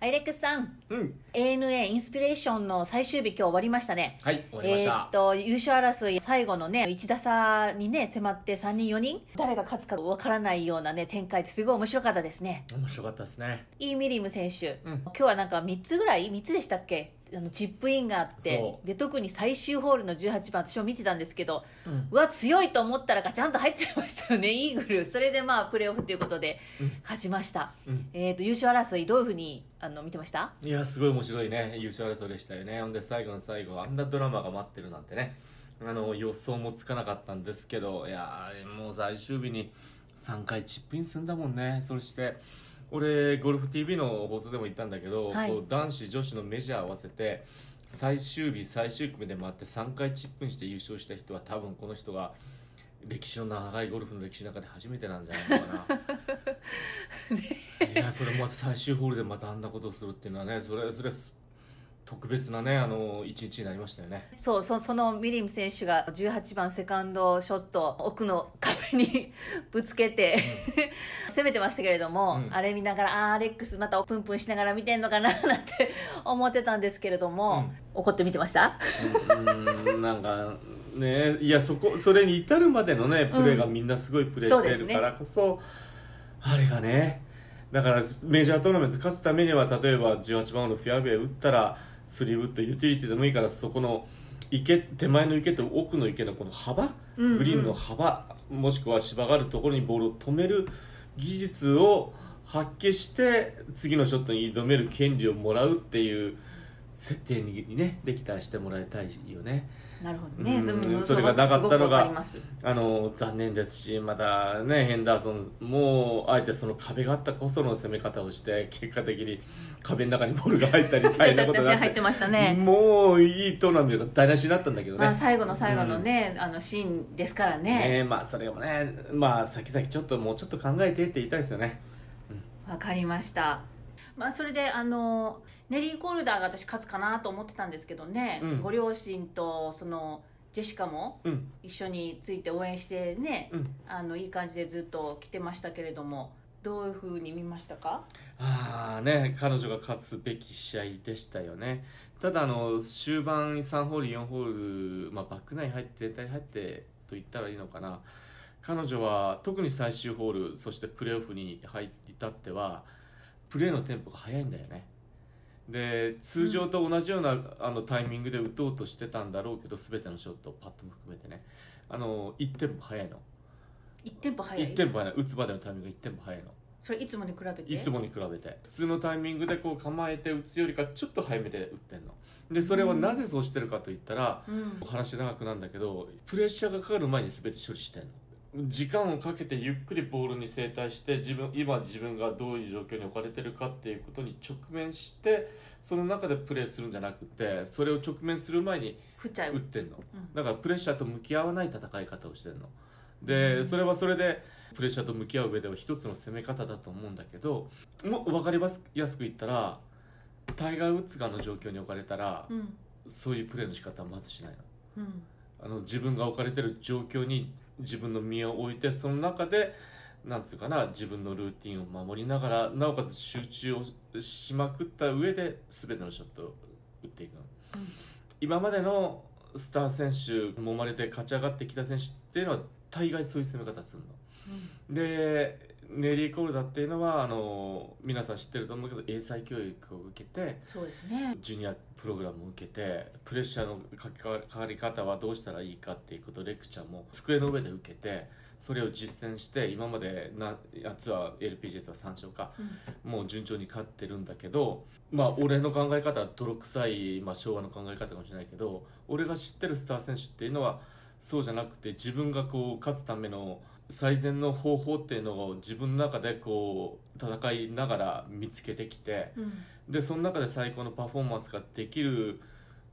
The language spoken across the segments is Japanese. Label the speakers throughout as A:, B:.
A: アイレックスさん
B: うん。
A: ANA インスピレーションの最終日今日終わりましたね
B: はい、終わりまし
A: えー
B: た
A: っ。と優勝争い最後のね1打差にね迫って3人4人誰が勝つかわからないようなね展開ってすごい面白かったですね
B: 面白かったですね。
A: イーミリム選手、
B: うん
A: 今日はなんか3つぐらい3つでしたっけあのチップインがあって
B: そう
A: で特に最終ホールの18番私も見てたんですけど
B: うん。
A: うわ強いと思ったらガチャンと入っちゃいましたよね イーグルそれでまあプレーオフということで
B: うん
A: 勝ちました、
B: うん。
A: えー、と優勝争いどういうふうにあの見てました
B: いや、すごい面白いね。優勝争いでしたよね。ほんで、最後の最後、あんなドラマが待ってるなんてね。あの、予想もつかなかったんですけど、いやー、もう最終日に3回チップインするんだもんね。そして、俺、ゴルフ TV の放送でも言ったんだけど、
A: はい
B: こう男子、女子のメジャー合わせて、最終日、最終組で回って3回チップインして優勝した人は多分この人が、歴史の長いゴルフの歴史の中で初めてなんじゃないのかな。いやそれも最終ホールでまたあんなことをするっていうのはねそれそれはす特別なねあの一日になりましたよね
A: そうそそのミリム選手が18番セカンドショット奥の壁に ぶつけて、攻めてましたけれども、
B: うん
A: あれ見ながらあーアレックスまたプンプンしながら見てんのかな なんて思ってたんですけれども、怒って見てました
B: うんなんかねいやそこそれに至るまでのねプレーがみんなすごいプレー
A: そう
B: し
A: で
B: て
A: す
B: る
A: ね
B: からこそ,、あれがねだからメジャートーナメント勝つためには例えば18番のフェアウェイ打ったらスリーウッドユーティリティでもいいからそこの池手前の池と奥の池のこの幅、
A: うんうん
B: グリーンの幅もしくは芝があるところにボールを止める技術を発揮して次のショットに挑める権利をもらうっていう設定にねできたらしてもらいたいよね。
A: なるほどね、
B: うん
A: でも
B: それがなかった
A: すご
B: のが
A: くわかります
B: あの残念ですしまたねヘンダーソンもあえてその壁があったこその攻め方をして結果的に壁の中にボールが入ったり大変なことになっ
A: 入っててましたね、
B: もういいトーナメントが台無しになったんだけどね。
A: まあ、最後の最後のね、あのシーンですからね
B: ねまあそれもねまあ先々ちょっともうちょっと考えてって言いたいですよね。
A: わ、かりましたまあそれであのネリー・コルダーが私勝つかなと思ってたんですけどね、
B: うん
A: ご両親とそのジェシカも
B: うん
A: 一緒について応援してね、
B: うん。
A: あのいい感じでずっと来てましたけれどもどういうふうに見ましたか
B: ああね彼女が勝つべき試合でしたよねただあの終盤3ホール4ホール、まあ、バックナイン入って全体入ってと言ったらいいのかな彼女は特に最終ホールそしてプレーオフに入りたってはプレーのテンポが速いんだよねで通常と同じような、あのタイミングで打とうとしてたんだろうけど全てのショットパットも含めてねあの1テンポ速いの、
A: 1テンポ早い
B: 1テンポ速い打つまでのタイミングが1テンポ速いの
A: それいつもに比べて
B: いつもに比べて普通のタイミングでこう構えて打つよりかちょっと早めで打ってんのでそれはなぜそうしてるかといったら、
A: うん
B: お話長くなんだけどプレッシャーがかかる前に全て処理してんの時間をかけてゆっくりボールに正対して自分今自分がどういう状況に置かれてるかっていうことに直面してその中でプレーするんじゃなくてそれを直面する前に
A: 振っちゃう
B: 打ってんの、
A: うん
B: だからプレッシャーと向き合わない戦い方をしてるので、
A: うん
B: それはそれでプレッシャーと向き合う上では一つの攻め方だと思うんだけどもう分かりやすく言ったらタイガー・ウッズがあの状況に置かれたら、
A: うん
B: そういうプレーの仕方はまずしないの
A: うん
B: あの自分が置かれてる状況に自分の身を置いてその中でなんつうかな自分のルーティンを守りながらなおかつ集中をししまくった上で全てのショットを打っていくの、
A: ん
B: 今までのスター選手揉まれて勝ち上がってきた選手っていうのは大概そういう攻め方するのでネリー・コールダーっていうのはあの皆さん知ってると思うけど英才教育を受けて、
A: そうですね
B: ジュニアプログラムを受けてプレッシャーのかかかかり方はどうしたらいいかっていうことをレクチャーも机の上で受けてそれを実践して今までなやつは LPGS は3勝かもう順調に勝ってるんだけどまあ俺の考え方は泥臭い、まあ、昭和の考え方かもしれないけど俺が知ってるスター選手っていうのはそうじゃなくて自分がこう勝つための最善の方法っていうのを自分の中でこう戦いながら見つけてきて。
A: うん
B: でその中で最高のパフォーマンスができる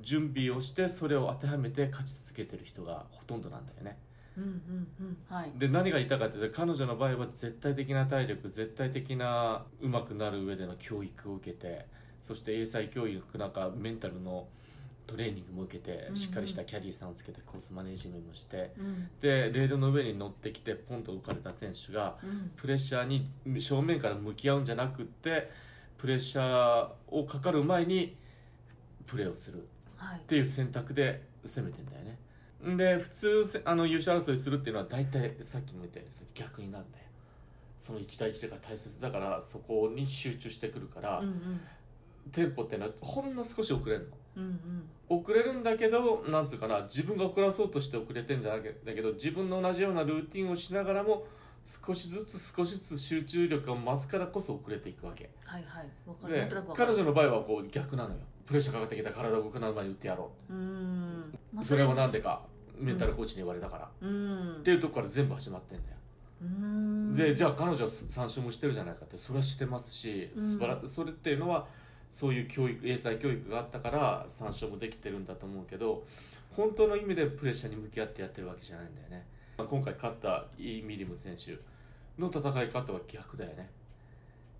B: 準備をしてそれを当てはめて勝ち続けてる人がほとんどなんだよね
A: うんうんうんはい
B: で何が言いたかって言ったら彼女の場合は絶対的な体力絶対的な上手くなる上での教育を受けてそして英才教育なんかメンタルのトレーニングも受けて
A: うんうん
B: しっかりしたキャディーさんをつけてコースマネージメントもして
A: うん
B: でレールの上に乗ってきてポンと浮かれた選手が
A: うん
B: プレッシャーに正面から向き合うんじゃなくってプレッシャーをかかる前にプレーをするっ
A: はい
B: ていう選択で攻めてんだよねで普通せあの優勝争いするっていうのは大体さっきのみたいにその逆になんだよその1対1が大切だからそこに集中してくるから、
A: うんうん
B: テンポってのはほんの少し遅れるの
A: うんうん
B: 遅れるんだけどなんつうかな自分が遅らそうとして遅れてんじゃなけだけど自分の同じようなルーティンをしながらも少しずつ少しずつ集中力を増すからこそ遅れていくわけ
A: はいはいわかるなん
B: で
A: となくわか
B: 彼
A: る
B: 女の場合はこう逆なのよプレッシャーかかってきたら体動かない前に打ってやろ
A: うーんま
B: う
A: あ
B: それはなんでかメンタルコーチに言われたから、
A: うん
B: っていうとこから全部始まってんだよ、
A: うーん
B: でじゃあ彼女は3週もしてるじゃないかってそれはしてますし、
A: うん
B: 素晴らそれっていうのはそういう教育英才教育があったから3週もできてるんだと思うけど本当の意味でプレッシャーに向き合ってやってるわけじゃないんだよねまあ今回勝ったイ・ミリム選手の戦い方は逆だよね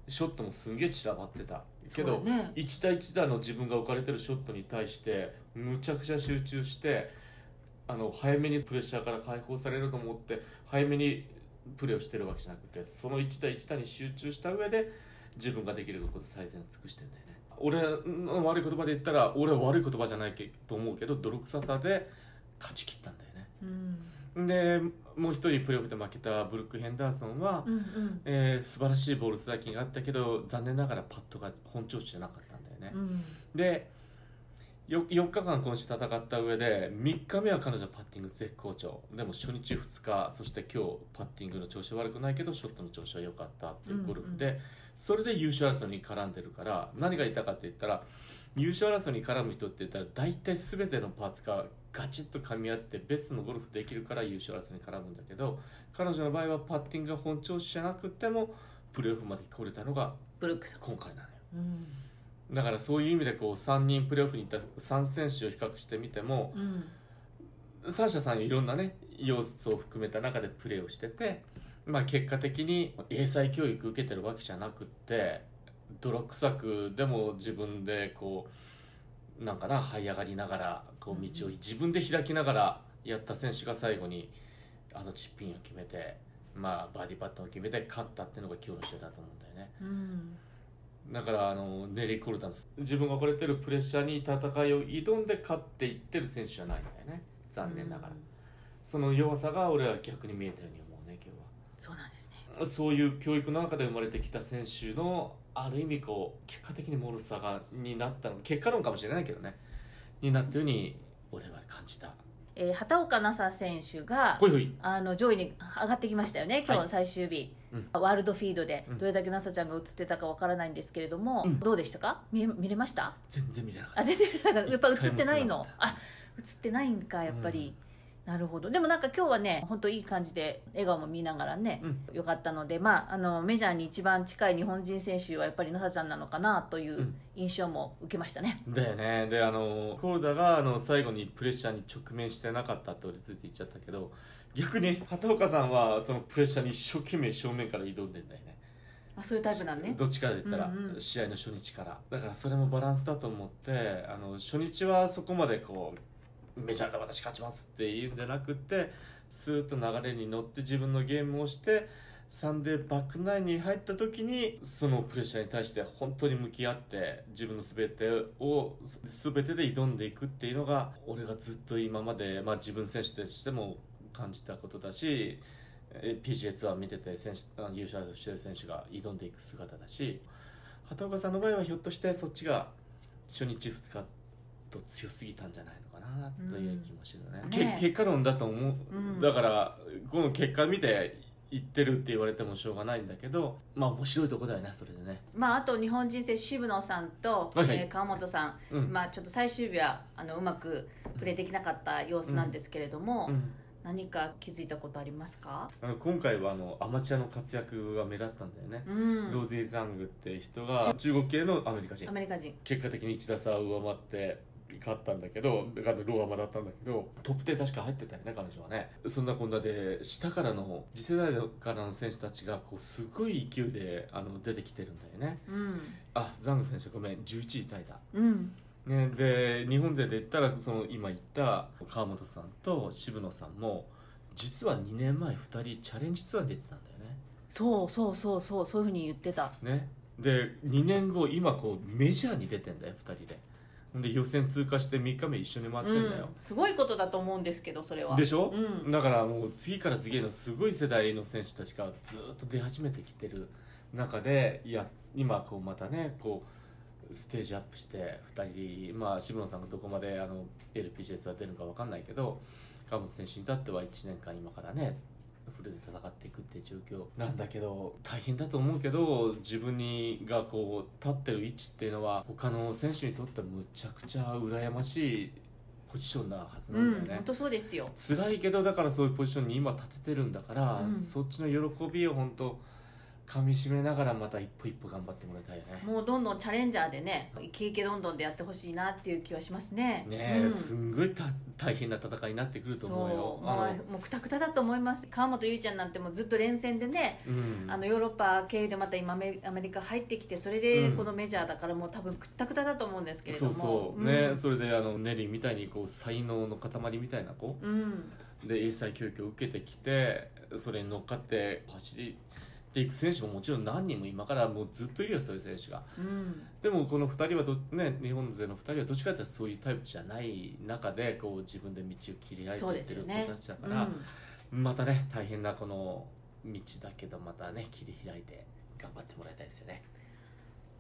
B: ショットもすんげえ散らばってたけど、
A: そうだね
B: 1対1だの自分が置かれてるショットに対してむちゃくちゃ集中してあの早めにプレッシャーから解放されると思って早めにプレーをしてるわけじゃなくてその1対1対に集中した上で自分ができることを最善を尽くしてんだよね俺の悪い言葉で言ったら俺は悪い言葉じゃないけと思うけど泥臭さで勝ち切ったんだよね
A: うん
B: でもう一人プレーオフで負けたブルック・ヘンダーソンは、
A: うんうん
B: えー素晴らしいボールスライキングがあったけど残念ながらパットが本調子じゃなかったんだよね、
A: うん
B: でよ4日間今週戦った上で3日目は彼女のパッティング絶好調でも初日2日そして今日パッティングの調子悪くないけどショットの調子は良かったっていうゴルフで、
A: うん
B: それで優勝争いに絡んでるから何が言いたかって言ったら優勝争いに絡む人って言ったら大体全てのパーツがガチッと噛み合ってベストのゴルフできるから優勝争いに絡むんだけど彼女の場合はパッティングが本調子じゃなくてもプレーオフまで来れたのが
A: ブルックさん
B: 今回なのよ。
A: うん
B: だからそういう意味でこう3人プレーオフに行った3選手を比較してみても
A: うん
B: 三者さんいろんなね要素を含めた中でプレーをしてて、まあ、結果的に英才教育受けてるわけじゃなくって泥臭くでも自分でこうなんかな這い上がりながらこう道を自分で開きながらやった選手が最後にあのチップインを決めて、まあ、バーディーパットを決めて勝ったっていうのが今日の試合だと思うんだよね。
A: うん
B: だからあのネリー・コルダの自分が置かれてるプレッシャーに戦いを挑んで勝っていってる選手じゃないんだよね残念ながら、
A: うん
B: その弱さが俺は逆に見えたように思うね今
A: そうなんですね
B: 日はそういう教育の中で生まれてきた選手のある意味こう結果的にモルサがになったの結果論かもしれないけどねになったように俺は感じた
A: えー畑岡奈紗選手が
B: ほいほい
A: あの上位に上がってきましたよね今
B: は
A: 日
B: い
A: 最終日、
B: う
A: ワールドフィードで
B: うん
A: どれだけ奈紗ちゃんが映ってたかわからないんですけれども、
B: うん
A: どうでしたか見え見れました
B: 全然見れなかった
A: あ全然なんかやっぱ映ってないの
B: 一回も
A: あ映ってないんかやっぱり、なるほどでもなんか今日はね本当いい感じで笑顔も見ながらね、よかったので、まあ、あのメジャーに一番近い日本人選手はやっぱり奈紗ちゃんなのかなといううん印象も受けましたね。
B: だよねであのコルダがあの最後にプレッシャーに直面してなかったって俺ついて言っちゃったけど逆に畑岡さんはそのプレッシャーに一生懸命正面から挑んでんだよね
A: あそういうタイプなんね
B: どっちからで言ったら、
A: うんうん
B: 試合の初日からだからそれもバランスだと思ってあの初日はそこまでこうメジャーで私勝ちますって言うんじゃなくてスーッと流れに乗って自分のゲームをしてサンデーバックナインに入った時にそのプレッシャーに対して本当に向き合って自分の全てをす全てで挑んでいくっていうのが俺がずっと今まで、まあ、自分選手としても感じたことだしえー PGA ツアー見てて選手あの優勝争いしてる選手が挑んでいく姿だし畑岡さんの場合はひょっとしてそっちが初日2日と強すぎたんじゃないのかなという気もしてるね,、
A: うん
B: け
A: ね
B: 結果論だと思う、
A: うん
B: だからこの結果見て言ってるって言われてもしょうがないんだけどまあ面白いとこだよねそれでね
A: まあ、あと日本人選手渋野さんと、
B: はいはい
A: えー川本さん、
B: うん
A: まあ、ちょっと最終日はあのうまくプレーできなかった様子なんですけれども、
B: うん
A: 何か気づいたことありますか、
B: あの今回はあのアマチュアの活躍が目立ったんだよね
A: う、
B: ロ
A: ん、
B: ーゼイ・ザングっていう人が中国系のアメリカ人
A: アメリカ人
B: 結果的に1打差を上回って勝ったんだけどだからローアマだったんだけどトップ10確か入ってたよね彼女はねそんなこんなで下からの次世代からの選手たちがこうすごい勢いであの出てきてるんだよね
A: うん、
B: あザング選手ごめん11位タイだ
A: うん、
B: ね、で日本勢で言ったらその今言った川本さんと渋野さんも実は2年前2人チャレンジツアーに出てたんだよね
A: そうそうそうそうそういうふうに言ってた
B: ねで2年後今こうメジャーに出てんだよ2人でで予選通過して3日目一緒に回ってんだよ、
A: すごいことだと思うんですけどそれは
B: でしょ、
A: うん
B: だからもう次から次へのすごい世代の選手たちがずっと出始めてきてる中でいや今こうまたねこうステージアップして2人、まあ、渋野さんがどこまであの LPGS が出るのか分かんないけど川本選手にとっては1年間今からねフルで戦っていくっていう状況なんだけど大変だと思うけど自分にがこう立ってる位置っていうのは他の選手にとってはむちゃくちゃ羨ましいポジションなはずなんだよね。
A: うん本当そうですよ
B: 辛いけどだからそういうポジションに今立ててるんだから、
A: うん
B: そっちの喜びを本当噛みしめながらまた一歩一歩頑張ってもらいたいよね。
A: もうどんどんチャレンジャーでねイケイケどんどんでやってほしいなっていう気はしますね
B: ねえ、
A: うん
B: すんごいた大変な戦いになってくると
A: そう
B: 思うよ。あ
A: もうもうくたくただと思います川本優ちゃんなんてもうずっと連戦でね、
B: の、うん、
A: あのヨーロッパ経由でまた今アメアメリカ入ってきてそれでこのメジャーだからもう多分くったくただと思うんですけれど
B: そ
A: も
B: うそう、
A: ん
B: ねそれであのネリーみたいにこう才能の塊みたいな子
A: うん
B: で英才教育を受けてきてそれに乗っかって走っていく選手ももちろん何人も今からもうずっといるよそういう選手が。
A: うん
B: でもこの2人はど、ね、日本勢の2人はどっちかっていうとそういうタイプじゃない中でこう自分で道を切り開
A: そう
B: い
A: で
B: て
A: す
B: いって
A: よ
B: る
A: ね
B: 子たちだから、またね大変なこの道だけどまたね切り開いて頑張ってもらいたいですよね。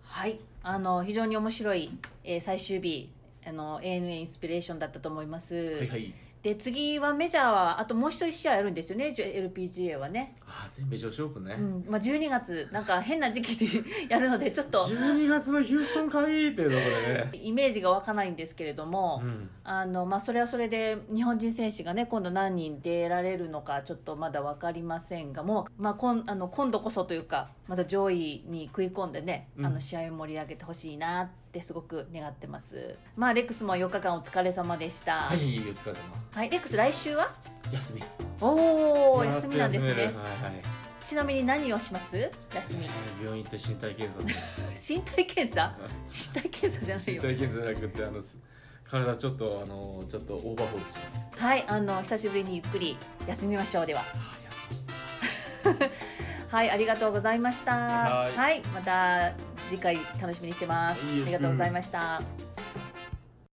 A: はい、あの非常に面白い、えー最終日あの ANA インスピレーションだったと思います、
B: はいはい
A: で次はメジャーはあともう一人試合あるんですよねじゅ LPGA はね、
B: あー全米女子オープンね、
A: うんまあ、12月なんか変な時期で やるのでちょっと、
B: 12月のヒューストン会議っていうところでね
A: イメージが湧かないんですけれども、
B: うん、
A: あのまあ、それはそれで日本人選手がね今度何人出られるのかちょっとまだ分かりませんがもう、まあ、こんあの今度こそというかまた上位に食い込んでね、
B: うん
A: あの試合を盛り上げてほしいなってすごく願ってます、まあ、レックスも4日間お疲れ様でした、
B: はいお疲れ様
A: はいレックス来週は
B: 休み
A: おお休みなんです
B: や
A: ね
B: っと休めるはいはい
A: ちなみに何をします休み
B: ねえ病院行って身体検査する
A: 身体検 査身体検 査じゃない
B: 身
A: よ
B: 体検査じゃなくてあのす体ちょっとあのちょっとオーバーホールします
A: はいあの久しぶりにゆっくり休みましょうでは
B: あ休みして
A: はい、ありがとうございました。
B: はい
A: はい、また次回楽しみにしてます。
B: はいよ
A: あり
B: ろしく
A: がとうございました。